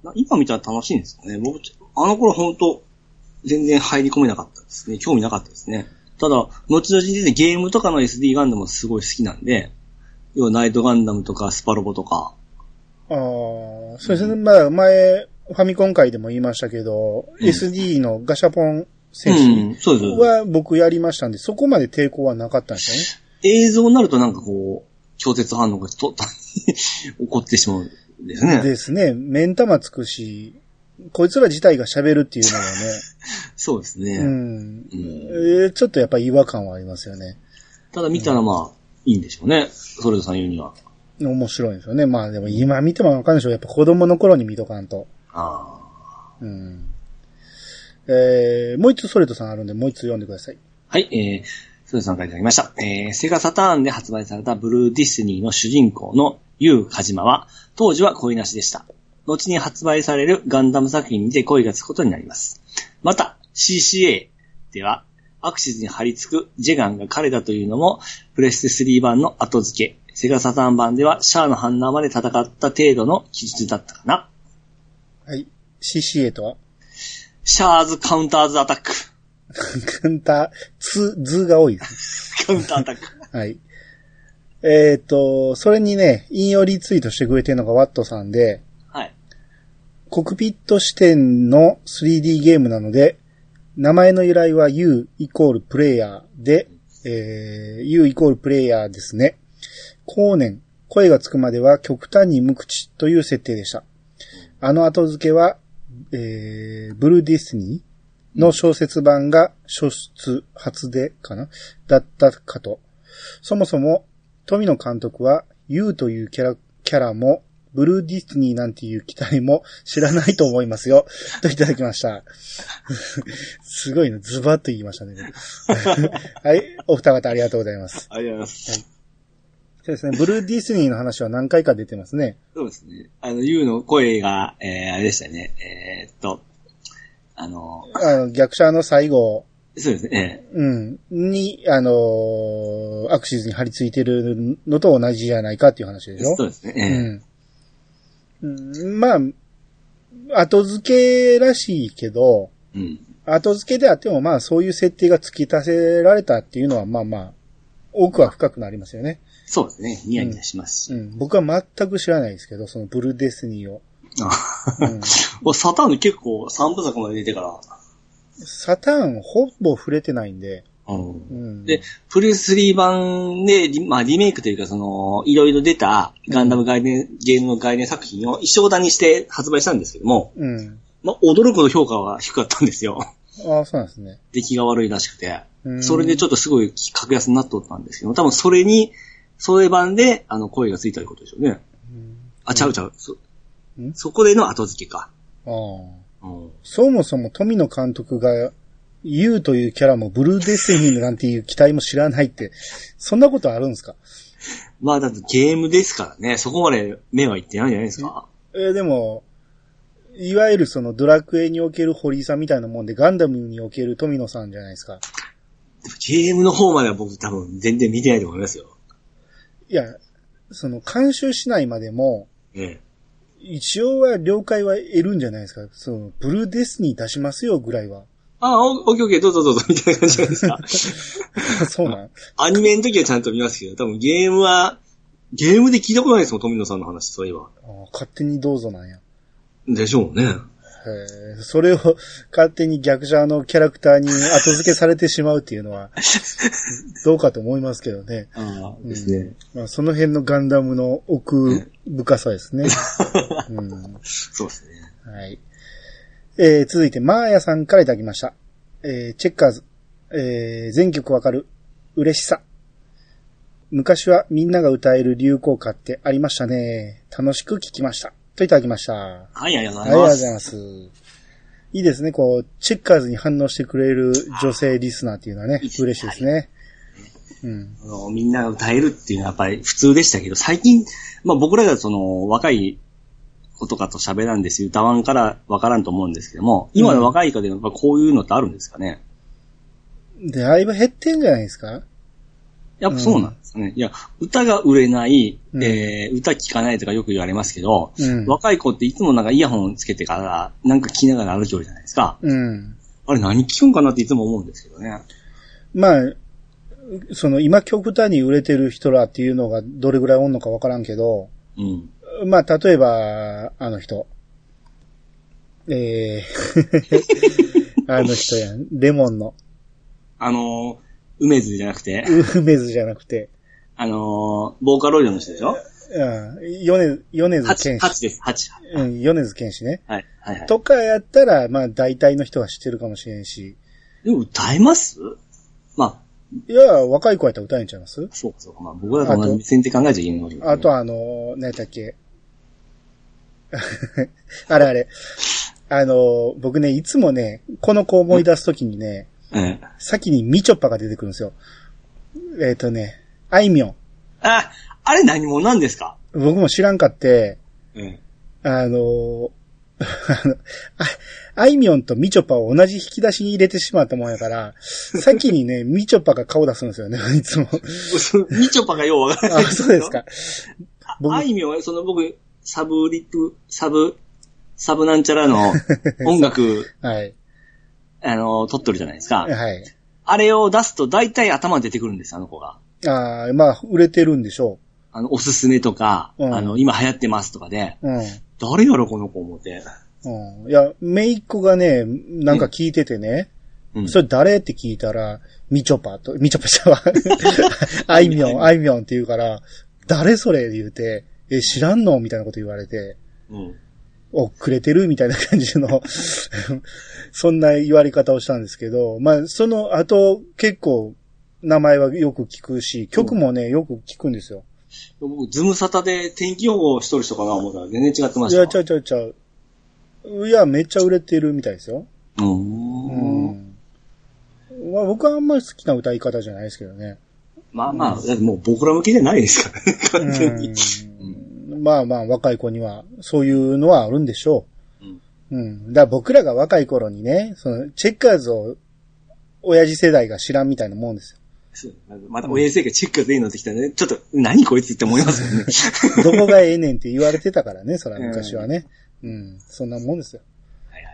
S2: な今見たら楽しいんですかね。僕、あの頃本当全然入り込めなかったですね。興味なかったですね。ただ、後々出てゲームとかの SD ガンダムはすごい好きなんで、要はナイトガンダムとかスパロボとか、
S1: ああ、そうですね。まあ、前、ファミコン界でも言いましたけど、
S2: うん
S1: SD のガシャポン選
S2: うん、そうです
S1: 手。は僕やりましたんで、そこまで抵抗はなかったんですよね。
S2: 映像になるとなんかこう、強烈反応がと、 た起こってしまうんですね。
S1: ですね。目ん玉つくし、こいつら自体が喋るっていうのは
S2: そうです
S1: ね、
S2: ね。う
S1: うんん。えーちょっとやっぱ違和感はありますよね。
S2: ただ見たらまあ、いいんでしょうね。それぞれさん言うには。
S1: 面白いんですよね。まあでも今見てもわかんないでしょう。やっぱ子供の頃に見とかんと。
S2: ああ。
S1: うん。えー、もう一つソレトさんあるんで、もう一つ読んでください。
S2: はい、えー、それさんからいただきました。えー、セガサターンで発売されたブルーディスニーの主人公のユウ・カジマは、当時は恋なしでした。後に発売されるガンダム作品にて恋がつくことになります。また、CCA では、アクシズに張り付くジェガンが彼だというのも、プレステ3版の後付け。セガサターン版では、シャアの反乱まで戦った程度の記述だったかな。
S1: はい。CCA とは
S2: シャアーズ・カウンターズ・アタック。
S1: カウンター、つ、図が多いです
S2: カウンターアタック。
S1: ね。はい。えっ、と、それにね、引用リツイートしてくれてるのがワットさんで、
S2: はい。
S1: コクピット視点の 3D ゲームなので、名前の由来は U イコールプレイヤーで、えー、U イコールプレイヤーですね。後年、声がつくまでは極端に無口という設定でした。あの後付けは、えー、ブルーディスニーの小説版が初出初でかなだったかと。そもそも、富野監督は U というキャラキャラもブルーディスニーなんていう機体も知らないと思いますよ。 といただきました。 すごいな、ズバッと言いましたね。 はい、お二方ありがとうございます。
S2: ありがとうございます。
S1: そうですね、ブルーディスニーの話は何回か出てますね。
S2: そうですね。あの、ユウの声が、えー、あれでしたね。えーっと、あの、
S1: あの、逆者の最後、
S2: そうですね。
S1: うん、に、あのーアクシズに張り付いてるのと同じじゃないかっていう話
S2: え
S1: でしょ
S2: ーそうですね。
S1: うんうん。まあ、後付けらしいけど、
S2: えーうん。
S1: 後付けであってもまあそういう設定が付き足せられたっていうのはまあまあ、奥は深くなりますよね。
S2: そうですね。ニヤニヤしますし。
S1: うん。僕は全く知らないですけど、そのブルーデスニー を。
S2: あ
S1: うん、
S2: 俺サターンで結構三部作まで出てから、
S1: サターンほぼ触れてないんで、
S2: うん
S1: うん。
S2: で、プレスリー版でリ、まあ、リメイクというか、その、いろいろ出たガンダム概念、ゲームの概念作品を一生段にして発売したんですけども、
S1: うん。
S2: まあ、驚くほど評価は低かったんですよ。
S1: ああ、そうなんですね。
S2: 出来が悪いらしくて。
S1: うん
S2: それでちょっとすごい格安になっとったんですけども、多分それに、それ版で、あの、声がついたということでしょうね。
S1: うん
S2: あ、ちゃうちゃう。そ
S1: ん
S2: そこでの後付けか。
S1: ああ。
S2: うん。
S1: そもそも富野監督が、ユウというキャラもブルーデスニーなんていう期待も知らないって、そんなことあるんですか
S2: まあ、だってゲームですからね、そこまで目はいってないんじゃないですか。
S1: えーでも、いわゆるそのドラクエにおける堀井さんみたいなもんで、ガンダムにおける富野さんじゃないですか。
S2: でもゲームの方までは僕多分全然見てないと思いますよ。
S1: いや、その監修しないまでも、
S2: ええ。
S1: 一応は了解は得るんじゃないですか。その、ブルーデスニー出しますよぐらいは。
S2: あ、オッケーオッケー、どうぞどうぞ、みたいな感じじゃないですか。
S1: そう なん
S2: アニメの時はちゃんと見ますけど、多分ゲームは、ゲームで聞いたことないですもん、富野さんの話、そういえば。
S1: あー勝手にどうぞなんや。
S2: でしょうね。
S1: へーそれを勝手に逆者のキャラクターに後付けされてしまうっていうのは、どうかと思いますけどね。
S2: ああ、
S1: ですね。まあ、その辺のガンダムの奥深さですね。うん
S2: そうですね。
S1: はい。えー続いて、マーヤさんからいただきました。えーチェッカーズ。えー全曲わかる。嬉しさ。昔はみんなが歌える流行歌ってありましたね。楽しく聴きました。といただきました。
S2: はい、ありがとう
S1: あ
S2: ご
S1: りがとうご
S2: ざいます
S1: ざい。ます。いいですね。こう、チェッカーズに反応してくれる女性リスナーっていうのはね
S2: いいで、すね
S1: 嬉しいですね。うん。
S2: あのみんなが歌えるっていうのはやっぱり普通でしたけど、最近、まあ僕らがその若い子とかと喋らんですよ。歌わんからわからんと思うんですけども、今の若い子でやっぱこういうのってあるんですかね。
S1: だいぶ減ってんじゃないですか
S2: やっぱそうなんですね。いや、歌が売れない、
S1: うん
S2: えー、歌聞かないとかよく言われますけど、
S1: うん。
S2: 若い子っていつもなんかイヤホンつけてから、なんか聞きながら歩きよるじゃないですか。
S1: うん。
S2: あれ何聞くんかなっていつも思うんですけどね。
S1: まあ、その今極端に売れてる人らっていうのがどれぐらいおんのかわからんけど、
S2: うん。
S1: まあ、例えば、あの人。え ー、あの人やん。レモンの。
S2: あのー、梅津じゃなくて、
S1: 梅津じゃなくて、
S2: あのー、ボーカロイドの人でし
S1: う
S2: ょ
S1: ん、米津、米
S2: ハ
S1: 津
S2: チ、
S1: 玄
S2: ハ
S1: 師。
S2: チです、ハチ。
S1: うん、米津玄師ね。
S2: はい、はい、はい。
S1: とかやったら、まあ、大体の人は知ってるかもしれんし。
S2: でも歌えますま
S1: いや、若い子やったら歌えんちゃいます
S2: あ、そうかそうか。まあ僕らと同じ目線で考えちゃいけないわけだから
S1: あとあの、何やったっけ。 あれあれ。あの、僕ね、いつもね、この子を思い出すときにね、
S2: ええ。
S1: 先にみちょぱが出てくるんですよ。えっ、とね、あいみょん。
S2: あ、あれ何者なんですか
S1: 僕も知らんかって、
S2: ええ。
S1: あの、 あの、あ、あいみょんとみちょぱを同じ引き出しに入れてしまったもんやから、先にね、みちょぱが顔出すんですよね、 いつも。
S2: みちょぱがようわからな
S1: あ、
S2: い。
S1: そうです。か。僕
S2: あいみょんは、その僕、サブリップ、サブ、サブなんちゃ らの音楽、
S1: はい。
S2: あの、撮ってるじゃないですか。
S1: はい。
S2: あれを出すと大体頭出てくるんです、あの子が。
S1: ああ、まあ、売れてるんでしょ
S2: あの、おすすめとか、
S1: うん
S2: あの、今流行ってますとかで、
S1: う。うん。
S2: 誰やろ、この子思って。
S1: うん。いや、めいっ子がね、なんか聞いててね、
S2: うん。
S1: それ誰って聞いたら、みちょぱと、みちょぱちゃう わ。あいみょん、あいみょんって言うから、誰それ言うて、え、知らんのみたいなこと言われて、
S2: うん。
S1: 遅れてるみたいな感じの、 そんな言われ方をしたんですけど、まあ、その後、結構、名前はよく聞くし、曲もね、よく聞くんですよ。
S2: 僕、ズムサタで天気予報をしとる人かな思ったら全然違ってま
S1: い
S2: したわ。
S1: や、ちゃうちゃうちゃう。いや、めっちゃ売れてるみたいですよ。
S2: う
S1: う
S2: ーん。
S1: ん。まあ、僕はあんまり好きな歌い方じゃないですけどね。
S2: まあまあ、だってもう僕ら向けじゃないですからね、
S1: う
S2: 完全に。
S1: ん。まあまあ、若い子には、そういうのはあるんでしょ
S2: うん
S1: う。うん。だから僕らが若い頃にね、その、チェッカーズを、親父世代が知らんみたいなもん です
S2: そうまた親父がチェックでいいのってきたらね、ちょっと、何こいつって思いますよね。
S1: よ。どこがええねんって言われてたからね、そら昔はね。うん。そんなもんですよ。
S2: はいはい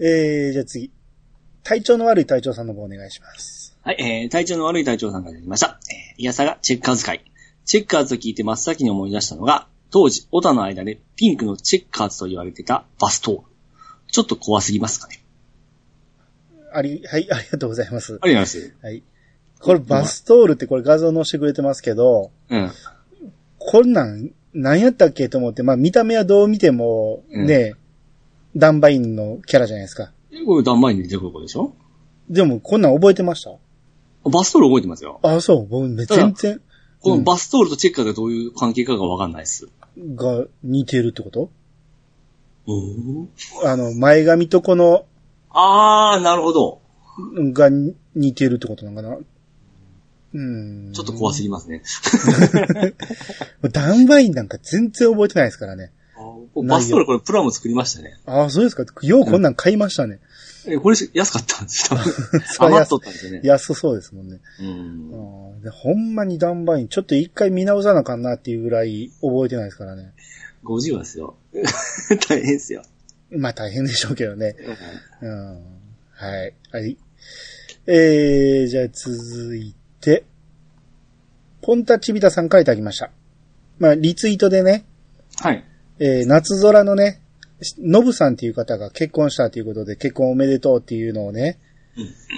S1: えー、じゃあ次。体調の悪い隊長さんの方お願いします。
S2: はい、えー、体調の悪い隊長さんからいきました。えー、いやさがチェッカーズ会。チェッカーズと聞いて真っ先に思い出したのが、当時、オタの間でピンクのチェッカーズと言われてたバストール。ちょっと怖すぎますかね。
S1: あり、はい、ありがとうございます。
S2: ありがとうござい
S1: はい。これバストールってこれ画像載せてくれてますけど、
S2: ます。
S1: こんなん、なんやったっけと思って、まあ見た目はどう見てもね、
S2: うん
S1: ダンバインのキャラじゃないですか。
S2: うん。これ、ダンバインに出てくる子でしょ
S1: でもこんなん覚えてました
S2: バストール覚えてますよ。
S1: あ、そう、僕ね
S2: ただ
S1: 全然
S2: このバストールとチェッカーズがどういう関係かがわかんないです。
S1: が似てるってこと
S2: うん。
S1: あの、前髪とこの、
S2: あー、なるほど。
S1: が似てるってことなのかなうん。
S2: ちょっと怖すぎますね。
S1: ダンバインなんか全然覚えてないですからね。
S2: あーこれバストールこれプラモ作りましたね。
S1: ああ、そうですか。ようこんなん買いましたね。。
S2: え、これ安かったんです、多分
S1: そう
S2: 余っとったんですよね。
S1: 安そうですもんね。
S2: うん
S1: あ。ーでほんまにダンバイン、ちょっと一回見直さなあかんなっていうぐらい覚えてないですからね。
S2: 50はですよ。 大変ですよ。
S1: まあ大変でしょうけどね。うん。はい。はい。えー、じゃあ続いて、ポンタチビタさんからいただきました。まあリツイートでね、
S2: はい。
S1: えー夏空のね、ノブさんっていう方が結婚したということで、結婚おめでとうっていうのをね、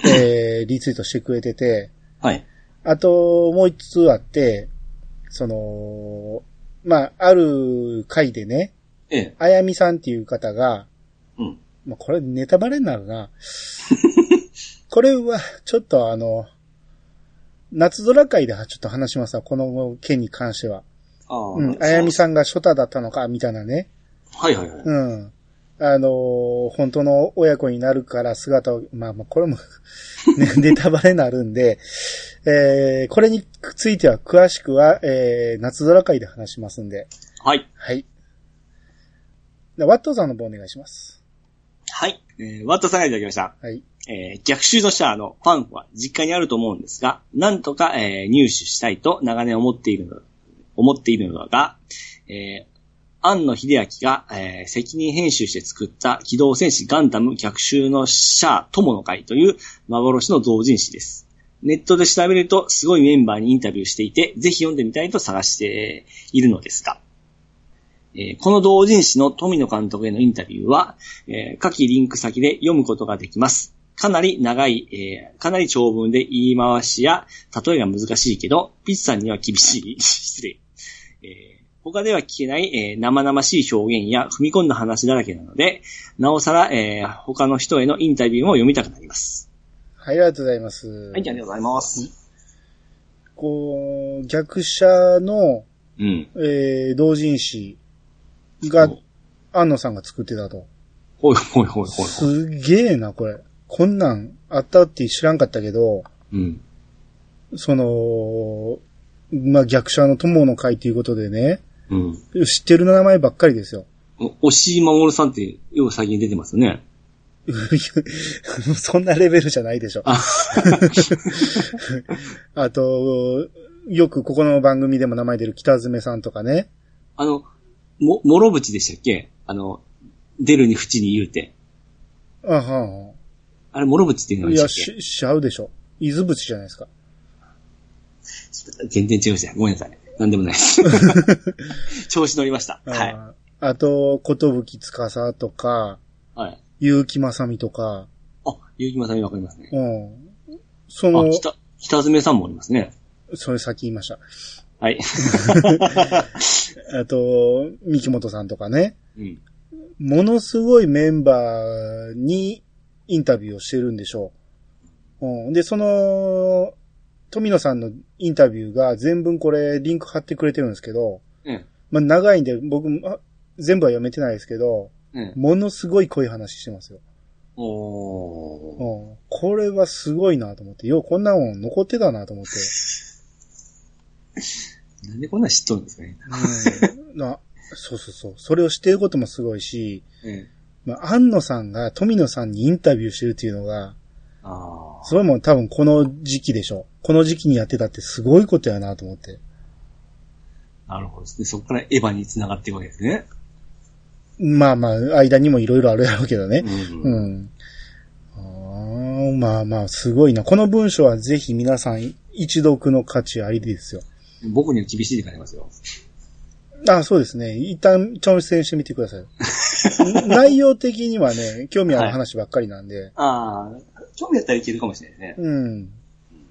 S1: えー、リツイートしてくれてて、
S2: はい。
S1: あと、もう一つあって、その、まあ、ある回でね、
S2: ええ。
S1: あやみさんっていう方が、
S2: うん。
S1: まあ、これネタバレになるな。これは、ちょっとあの、夏空会ではちょっと話しますわ、この件に関しては。
S2: ああ。
S1: うん、あやみさんが初太だったのか、みたいなね。
S2: はいはいはい。
S1: うん。あのー本当の親子になるから姿を、まあまあ、これも、 ね、ネタバレになるんで、えー、これについては詳しくは、えー、夏空会で話しますんで、
S2: はい。
S1: はい。でワットさんの方お願いします。
S2: はい。えー、ワットさんがいただきました。
S1: はい。
S2: えー逆襲のシャアのパンフは実家にあると思うんですが、なんとか、えー入手したいと長年思っているの、思っているのが、えー庵野秀明が、えー責任編集して作った機動戦士ガンダム逆襲のシャア友の会という幻の同人誌です。ネットで調べるとすごいメンバーにインタビューしていて、ぜひ読んでみたいと探しているのですが、えーこの同人誌の富野監督へのインタビューは、えー下記リンク先で読むことができます。かなり長い、えーかなり長文で言い回しや例えが難しいけど、ピッツさんには厳しい。失礼。えー他では聞けない、えー生々しい表現や踏み込んだ話だらけなので、なおさら、えー他の人へのインタビューも読みたくなります。
S1: はい、ありがとうございます。は
S2: りがとうございます。
S1: こう、逆者の、
S2: うん。
S1: えー、同人誌が、安野さんが作ってたと。
S2: ほいほいほいほいほい。
S1: すげえな、これ。こんなんあったって知らんかったけど、
S2: うん。
S1: その、まあ、逆者の友の会ということでね、
S2: うん。
S1: 知ってる名前ばっかりですよ。
S2: お押井守さんって、よう最近出てますよね。
S1: そんなレベルじゃないでしょ。
S2: あ
S1: あと、よくここの番組でも名前出る北爪さんとかね。
S2: あの、も、諸淵でしたっけあの、出るに淵に言うて。
S1: あはんは。
S2: あれ、諸淵っていうんの
S1: い
S2: で
S1: や、
S2: したっ
S1: し、しちゃうでしょ。伊豆淵じゃないですか。
S2: け全然違いました。ごめんなさい。なんでもない です。調子乗りました。はい。
S1: ああと、ことぶきつかさとか、
S2: はい。
S1: 結城まさみとか、
S2: あ、ゆうきまさんにわかりますね。
S1: うん。そ
S2: あ
S1: の、、
S2: 北、北爪さんもおりますね。
S1: それ先言いました。
S2: はい。
S1: あと、三木本さんとかね。
S2: うん。
S1: ものすごいメンバーにインタビューをしてるんでしょう。うん、で、その、富野さんのインタビューが全文これリンク貼ってくれてるんですけど、
S2: うん。
S1: まあ長いんで僕もあ全部は読めてないですけど、
S2: うん。
S1: ものすごい濃い話してますよ。う
S2: おー。
S1: ん。これはすごいなと思って、ようこんなもん残ってたなと思って。
S2: なんでこんなん知っとるんですかね。
S1: うん。なそうそうそう。それを知ってることもすごいし、
S2: うん。
S1: まあ、安野さんが富野さんにインタビューしてるっていうのが、
S2: あー。
S1: それも多分この時期でしょ。この時期にやってたってすごいことやなと思って。
S2: なるほどですね。そこからエヴァに繋がっていくわけですね。
S1: まあまあ、間にもいろいろあるやろうけどね。
S2: う。
S1: うんん。あーまあまあ、すごいな。この文章はぜひ皆さん一読の価値ありですよ。
S2: 僕には厳しいで書いますよ。
S1: あそうですね。一旦挑戦してみてくださ い。内容的にはね、興味ある話ばっかりなんで。
S2: あー。興味あったらいけるかもしれないですね。
S1: うん。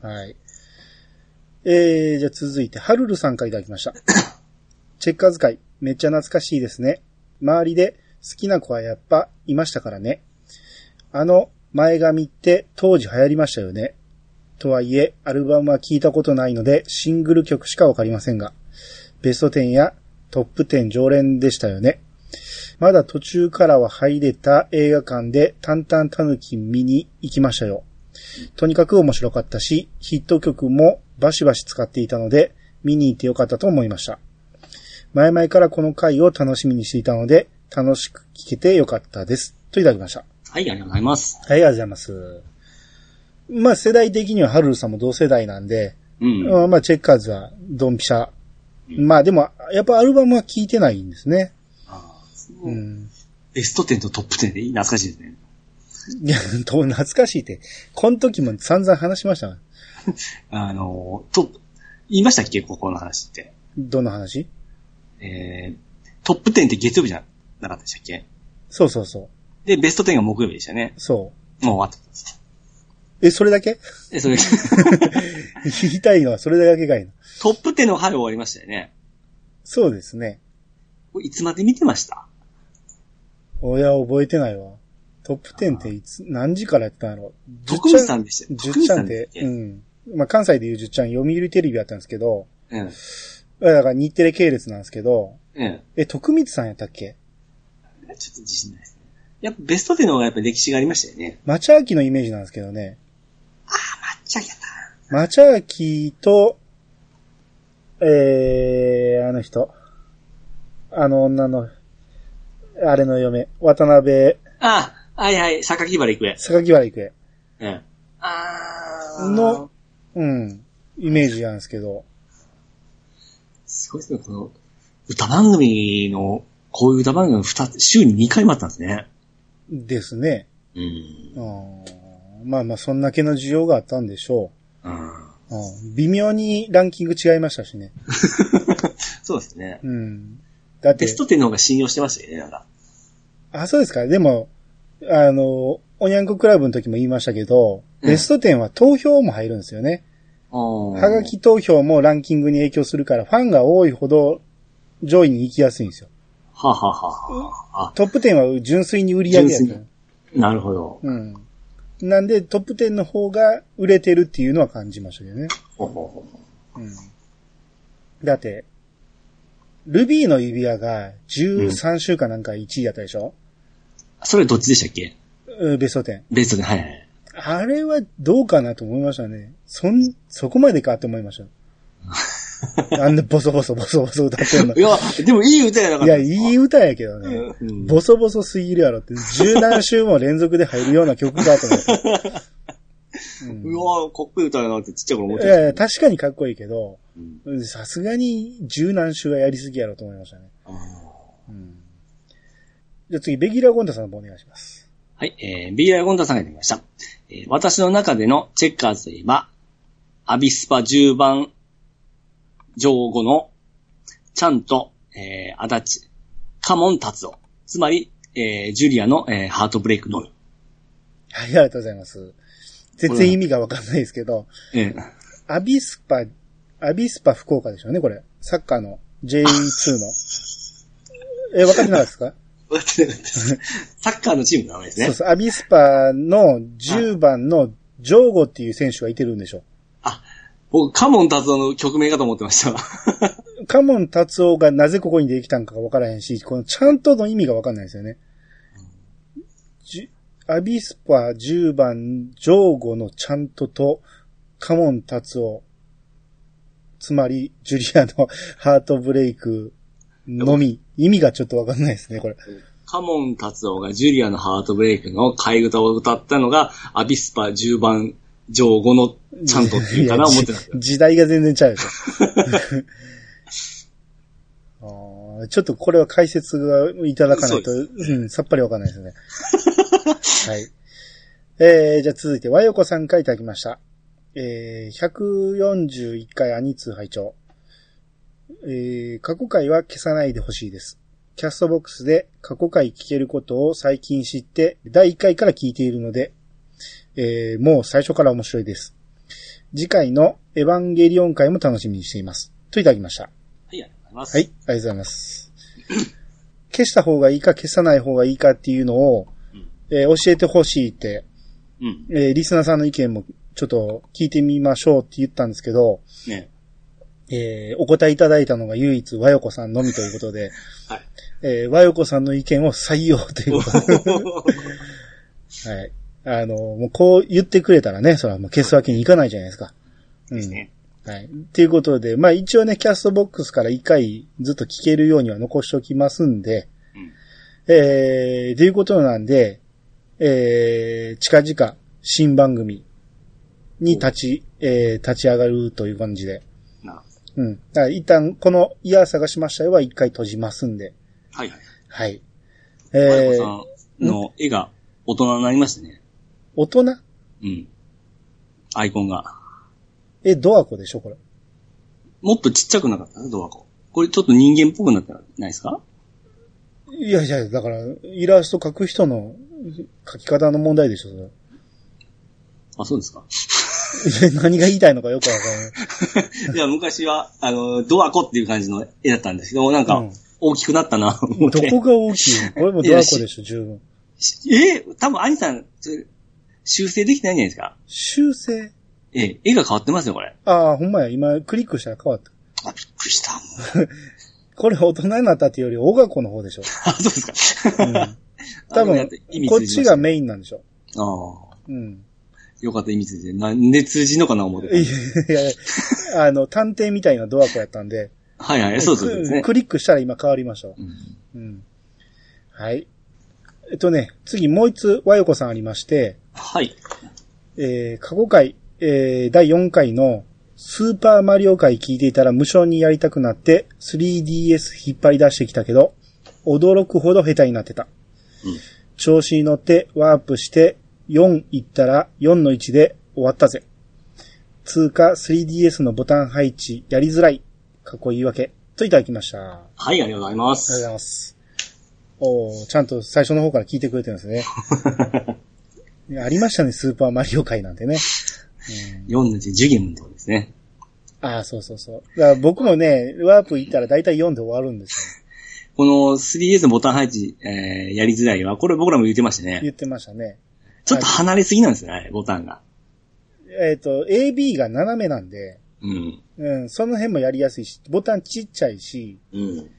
S1: はい。えー、じゃあ続いて、ハルルさんからいただきました。チェッカーズ会、めっちゃ懐かしいですね。周りで好きな子はやっぱいましたからね。あの、前髪って当時流行りましたよね。とはいえ、アルバムは聞いたことないので、シングル曲しかわかりませんが、ベスト10やトップ10常連でしたよね。まだ途中からは入れた映画館で、タンタンタヌキ見に行きましたよ。とにかく面白かったし、ヒット曲もバシバシ使っていたので、見に行ってよかったと思いました。前々からこの回を楽しみにしていたので、楽しく聴けてよかったです。といただきました。
S2: はい、ありがとうございます。
S1: はい、ありがとうございます。まあ、世代的にはハルルさんも同世代なんで、
S2: うん。
S1: まあまあ、チェッカーズはドンピシャ。まあでも、やっぱアルバムは聴いてないんですね。
S2: あー
S1: うん。
S2: ベスト10とトップ10で懐かしいですね。
S1: いや、と懐かしいって。この時も散々話しました。
S2: あの、と、言いましたっけここの話って。
S1: どの話
S2: えー、トップ10って月曜日じゃなかったでしたっけ
S1: そうそうそう。
S2: で、ベスト10が木曜日でしたよね。
S1: そ
S2: もう終わったんです。
S1: う。え、それだけ
S2: え、 それ、
S1: 聞きたいのはそれだけがいいの。
S2: トップ10の春終わりましたよね。
S1: そうですね。
S2: これいつまで見てました
S1: 親覚えてないわ。トップ10っていつ、何時からやってたんやろ
S2: 徳光さんでしたよ。
S1: 10
S2: 徳光
S1: ちゃ
S2: さ
S1: ん
S2: ん
S1: っ
S2: で
S1: て
S2: し、たっけ
S1: うん。まあ、関西でいう10ちゃん、読売テレビやったんですけど、
S2: うん。
S1: だから日テレ系列なんですけど、
S2: うん。
S1: え、徳光さんやったっけ
S2: ちょっと自信ないですね。やっぱベスト10の方がやっぱ歴史がありましたよね。
S1: 町明のイメージなんですけどね。
S2: あっちゃけた。
S1: 町明と、えー、あの人。あの女の、あれの嫁、渡辺、
S2: あ、はいはい、榊原行方。
S1: 榊原郁恵
S2: うん。あー。
S1: の、うん、イメージなんですけど。
S2: すごいですね、この、歌番組の、こういう歌番組二つ、週に2回もあったんですね。
S1: ですね。
S2: うん。
S1: うんまあまあ、そんだけの需要があったんでしょ
S2: うん。
S1: う。うん微妙にランキング違いましたしね。
S2: そうですね。
S1: うん。だって
S2: ベ、スト10の方が信用してましたよね、なんか。
S1: あ、そうですか。でも、あの、おにゃんこクラブの時も言いましたけど、
S2: うん
S1: ベスト10は投票も入るんですよね。は
S2: は
S1: がき投票もランキングに影響するから、ファンが多いほど上位に行きやすいんですよ。
S2: はははは。あ、
S1: トップ10は純粋に売り上げや
S2: 純
S1: か
S2: 粋
S1: ら
S2: に。なるほど。
S1: うん。なんで、トップ10の方が売れてるっていうのは感じましたけどね。
S2: ほうほうほ
S1: うん。だって、ルビーの指輪が13週間なんか1位やったでしょ、
S2: うそれどっちでしたっけ
S1: うん、ベスト10。
S2: ベストで、はいはい。
S1: あれはどうかなと思いましたね。そん、そこまでかって思いま した。あんなボソボソボソボソ歌ってんの。
S2: い
S1: い
S2: や、でもいい歌やなかっ
S1: や、
S2: た。
S1: いい歌やけどね。
S2: うん。
S1: ボソボソすぎるやろって、十何週も連続で入るような曲だと思って。うん
S2: うわかっこいい歌やなってちっちゃい頃思っ
S1: い
S2: てま
S1: やい
S2: し
S1: や、確かにかっこいいけど、
S2: た。うん
S1: さすがに十何週はやりすぎやろと思いましたね。
S2: あー
S1: うんじゃあ次、ベギラ・ゴンダさんの方お願いします。
S2: はい、えー、ビーライゴンダさんがいただきました。えー私の中でのチェッカーズといえば、アビスパ10番上後の、ちゃんと、えー、ア立ちカモン達夫。つまり、えー、ジュリアの、えーハートブレイクドール。
S1: はい、ありがとうございます。全然意味がわかんないですけど、
S2: えー
S1: アビスパ、アビスパ福岡でしょうね、これ。サッカーの J2 の。え、わかってなかったですか
S2: わかってなかったです。サッカーのチームの名前ですね。
S1: そうそう、アビスパの10番のジョーゴっていう選手がいてるんでしょ。
S2: あ、僕、カモン達夫の曲名かと思ってました。
S1: カモン達夫がなぜここにできたんかがわからへんし、このちゃんとの意味がわかんないですよね。じゅアビスパ10番、ジョーゴのちゃんとと、カモン達夫。つまり、ジュリアの ハートブレイクのみ。意味がちょっとわかんないですね、これ。
S2: カモン達夫がジュリアのハートブレイクの替え歌を歌ったのが、アビスパ10番上5のちゃんとっていうかな思ってたんですよ。
S1: いやじ時代が全然ちゃうでしょあーちょっとこれは解説がいただかないと、
S2: そう
S1: うん、さっぱりわかんない ですね。はい。えー、じゃあ続いて、和横さんからいただきました。えー、141回アニツー拝聴えー、過去回は消さないでほしいです。キャストボックスで過去回聞けることを最近知って、第1回から聞いているので、えーもう最初から面白いです。次回のエヴァンゲリオン回も楽しみにしています。といただきました。
S2: はい、ありがとうございます。
S1: はい、ありがとうございます。消した方がいいか消さない方がいいかっていうのを、えー教えてほしいって、
S2: うん。
S1: えーリスナーさんの意見もちょっと聞いてみましょうって言ったんですけど、
S2: ね。
S1: えーお答えいただいたのが唯一和横さんのみということで、
S2: はい
S1: えー和横さんの意見を採用ということ ではい。あの、もうこう言ってくれたらね、それはもう消すわけにいかないじゃないですか。 うん。
S2: ですね。
S1: はい。ということで、まあ一応ね、キャストボックスから一回ずっと聞けるようには残しておきますんで、
S2: うん
S1: えー、ということなんで、えー、近々新番組に立ち、えー、立ち上がるという感じで、
S2: なるほ
S1: うん。だから一旦、このイヤー探しましたよは一回閉じますんで、
S2: どはいはい。
S1: はい。
S2: マ
S1: え
S2: ヨ
S1: ー、
S2: コさんの絵が大人になりましたね。
S1: 大人
S2: うん。アイコンが。
S1: え、ドアコでしょ、これ。
S2: もっとちっちゃくなかったドアコ。これちょっと人間っぽくなってないですか
S1: いやいや、だから、イラスト描く人の描き方の問題でしょ、それ。
S2: あ、そ うですか。
S1: いや 何が言いたいのかよくわか
S2: いや、昔は、あの、ドアコっていう感じの絵だったんですけど、なんか
S1: うん、
S2: 大きくなったな、思
S1: らない。
S2: って。
S1: どこが大きいこれもドアコでしょ、十分。
S2: しえ多分、兄さん、それ修正できてないんじゃないですか
S1: 修正
S2: ええ、絵が変わってますよ、これ。
S1: ああ、ほんまや、今、クリックしたら変わった。
S2: あ、びっくりした。 もう
S1: これ大人になったっていうより、小学校の方でしょ。
S2: あ、そうです
S1: う
S2: か。
S1: ん多
S2: あの
S1: 分、こっちが。メインなんでしょ。
S2: ああ
S1: うん。
S2: ー、よかった、意味ついて。なんで通じんのかな、思ってた。
S1: いやいや、あの、探偵みたいなドアコやったんで、
S2: はいはい、そうそうそうですね
S1: ク。クリックしたら今変わりましたわ。
S2: うん
S1: うん。はい。えっとね、次もう一つ、和横さんありまして、
S2: はい。
S1: えー過去回、えー第4回のスーパーマリオ回聞いていたら無償にやりたくなって 3DS 引っ張り出してきたけど、驚くほど下手になってた。
S2: うん
S1: 調子に乗ってワープして4行ったら4の1で終わったぜ。通過 3DS のボタン配置やりづらい。かっこいいわけ。といただきました。あ
S2: はい、ありがとうございま
S1: りがとうござ
S2: す。
S1: います。おーちゃんと最初の方から聞いてくれてるん ですね。いやありましたね、スーパーマリオ回なんてね。
S2: 4の字、ジュゲムってことですね。
S1: ああ、そうそうそう。だから僕もね、ワープ行ったら大体4で終わるんです
S2: この 3DS のボタン配置、えー、やりづらいは、これ僕らも言ってました
S1: よ。言
S2: ね。
S1: ってましたね。
S2: ちょっと離れすぎなんですよね、ボタンが。
S1: えっ、と、AB が斜めなんで、
S2: うん。
S1: うん、その辺もやりやすいし、ボタンちっちゃいし、
S2: うん。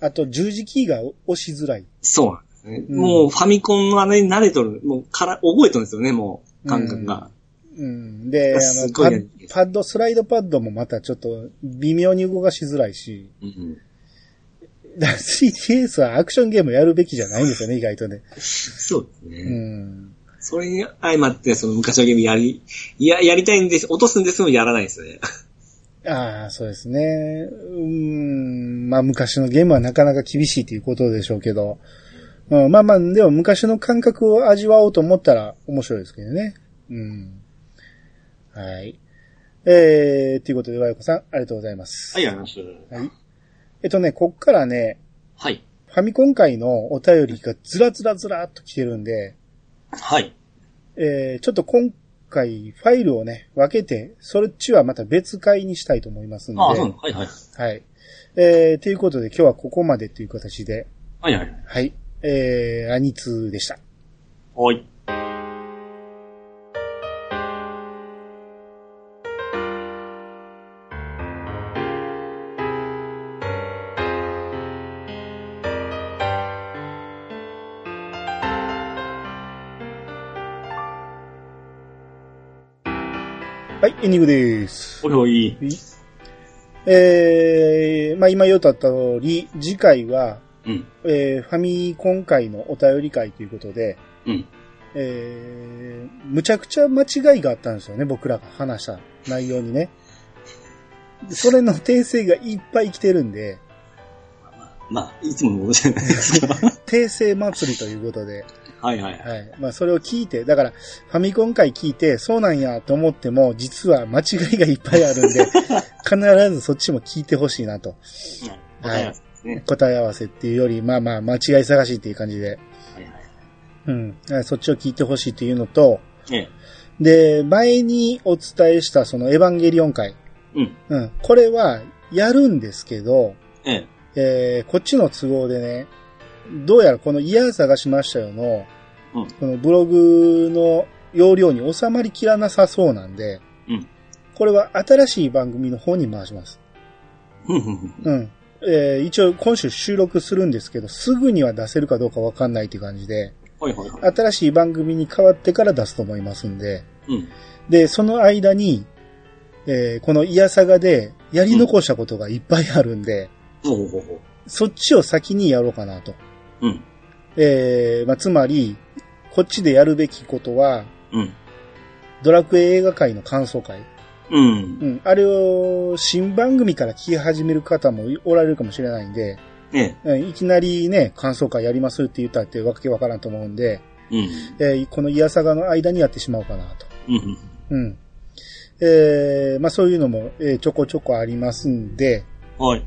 S1: あと十字キーが押しづらい。
S2: そうなんですね。
S1: うん
S2: もうファミコンのあれに慣れとる、もうから、覚えとるんですよね、もう、感覚が。
S1: うん。で、あ
S2: す
S1: の、
S2: ごい
S1: パ
S2: やり
S1: ッパッド、スライドパッドもまたちょっと微妙に動かしづらいし、
S2: うん
S1: だから 3DS はアクションゲームやるべきじゃないんですよね、意外とね。
S2: そうですね。
S1: うん。
S2: それに相まって、その昔のゲームやり、いや、やりたいんです、落とすんですけどやらないですよね。
S1: ああ、そうですね。うん。まあ、昔のゲームはなかなか厳しいということでしょうけど。うん、まあまあ、でも昔の感覚を味わおうと思ったら面白いですけどね。うん。はい。えー、ということで、和横さん、ありがとうございます。
S2: い、ありがとうございます。
S1: はい。えっとね、こっからね、
S2: はい。
S1: ファミコン界のお便りがずらずらずらっと来てるんで、
S2: はい。
S1: えー、ちょっと今回、ファイルをね、分けて、それっちはまた別回にしたいと思いますんで。
S2: ああ、そうなの。はいはい。
S1: はい。えー、ということで今日はここまでという形で、
S2: はいはい。
S1: はい。えー、アニツーでした。
S2: はい。
S1: はい、エンディングです。
S2: おひょい。
S1: えー、まあ今言おうとあった通り、次回は、
S2: うん。
S1: えー、ファミコン会のお便り会ということで、
S2: うん。
S1: えー、むちゃくちゃ間違いがあったんですよね、僕らが話した内容にね。それの訂正がいっぱい来てるんで、
S2: まあ、いつものことじゃないですか。
S1: 訂正祭りということで、
S2: はいはいは
S1: は
S2: い。
S1: い。まあ、それを聞いて、だから、ファミコン回聞いて、そうなんやと思っても、実は間違いがいっぱいあるん で、必ずそっちも聞いてほしいなと。
S2: 答え合わせですね。
S1: 答え合わせっていうより、まあまあ、間違い探しっていう感じで、
S2: はいはい。
S1: うん。そっちを聞いてほしいっていうのと、
S2: ええ。
S1: で、前にお伝えした、その、エヴァンゲリオン回。
S2: うん。
S1: うん。これは、やるんですけど、
S2: ええ。
S1: えー、こっちの都合でね、どうやらこのイヤー探しましたよの、
S2: うん
S1: このブログの容量に収まりきらなさそうなんで、
S2: うん
S1: これは新しい番組の方に回します。
S2: ふんふんふん。
S1: うん。えー一応今週収録するんですけど、すぐには出せるかどうかわかんないって感じで、
S2: ほいほいほい。
S1: 新しい番組に変わってから出すと思いますんで、
S2: うん。
S1: で、その間に、えーこのイヤサガでやり残したことがいっぱいあるんで、
S2: ほうほうほうほ
S1: そっちを先にやろうかなと。
S2: う。うん。
S1: えーまあ、つまり、こっちでやるべきことは、
S2: うん。
S1: ドラクエ映画界の感想会。
S2: うん
S1: う。ん。あれを、新番組から聞き始める方もおられるかもしれないんで、
S2: え
S1: うんいきなりね、感想会やりますって言ったってわけわからんと思うんで、
S2: え。うん。
S1: えーこのイヤサガの間にやってしまおうかなと。
S2: うん。
S1: うん。えーまあ、そういうのも、えーちょこちょこありますんで、
S2: はい。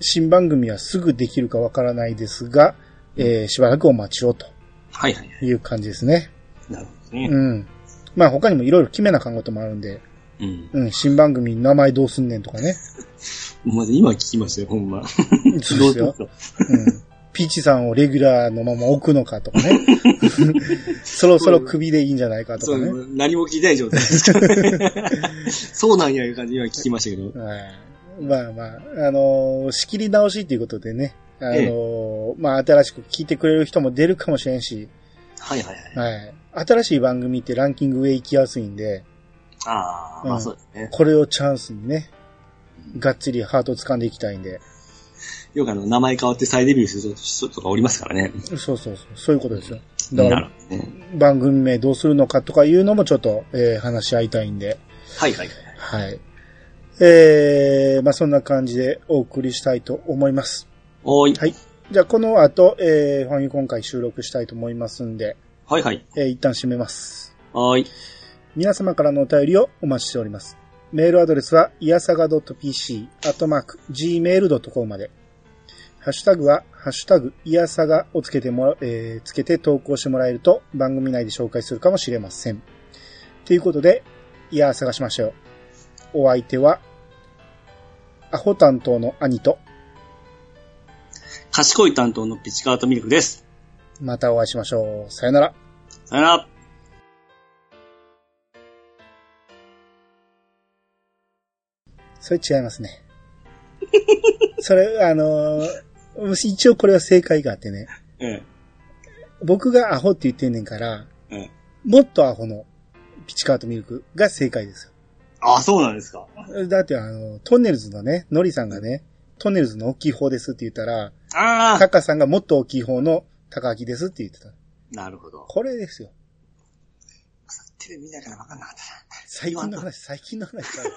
S1: 新番組はすぐできるかわからないですが、えーしばらくお待ちをと
S2: はいはいはい。
S1: いう感じですね。
S2: なるほどね。
S1: うん。まあ他にもいろいろ決めなあかんこともあるんで、
S2: うん。
S1: うん、新番組名前どうすんねんとかね。
S2: まず今聞きましたよ、ほんま。
S1: そうですよ。
S2: どう
S1: うん。ピーチさんをレギュラーのまま置くのかとか ね。そろそろ首でいいんじゃないかと
S2: そ
S1: か
S2: う、
S1: ね。
S2: 何も聞いてない状 態ですから。そうなんやいう感じで今聞きましたけど。
S1: はいまあまあ、あのー仕切り直しということでね。あのー
S2: え
S1: まあ新しく聞いてくれる人も出るかもしれんし、
S2: はいはいはい。
S1: はい。新しい番組ってランキング上行きやすいんで、
S2: ああ、
S1: うん
S2: まあそうですね。
S1: これをチャンスにね、がっつりハート掴んでいきたいんで。
S2: よくあの、名前変わって再デビューする人とかおりますからね。
S1: そうそうそう、そういうことですよ。だか
S2: な
S1: ら
S2: るほどね。
S1: 番組名どうするのかとかいうのもちょっと、えー話し合いたいんで、
S2: はいはいはい。
S1: はい。えー、まあそんな感じでお送りしたいと思います。
S2: おーい。
S1: はい。じゃあこの後、えー、ファミコン回収録したいと思いますんで、
S2: はいはい。
S1: えー一旦閉めます。
S2: はーい。
S1: 皆様からのお便りをお待ちしております。メールアドレスは、いやさが .pc、アットマーク、gmail.com まで。ハッシュタグは、ハッシュタグ、いやさがをつけてもら、えーつけて投稿してもらえると、番組内で紹介するかもしれません。ということで、いや探しましたよ。お相手は、アホ担当の兄と、
S2: 賢い担当のピチカートミルクです。
S1: またお会いしましょう。さよなら。
S2: さよなら。
S1: それ違いますね。それ、あのー一応これは正解があってね。
S2: ええ。
S1: 僕がアホって言ってんねんから、
S2: ええ。
S1: もっとアホのピチカートミルクが正解です
S2: ああ、そうなんですか。
S1: よ。だってあの、トンネルズのね、ノリさんがね、トンネルズの大きい方ですって言ったら、
S2: ああ。
S1: タカさんがもっと大きい方の高木ですって言ってた。
S2: なるほど。
S1: これですよ。
S2: テレビ見ながら分かんなかったな。
S1: 最近の話、最近の話だよ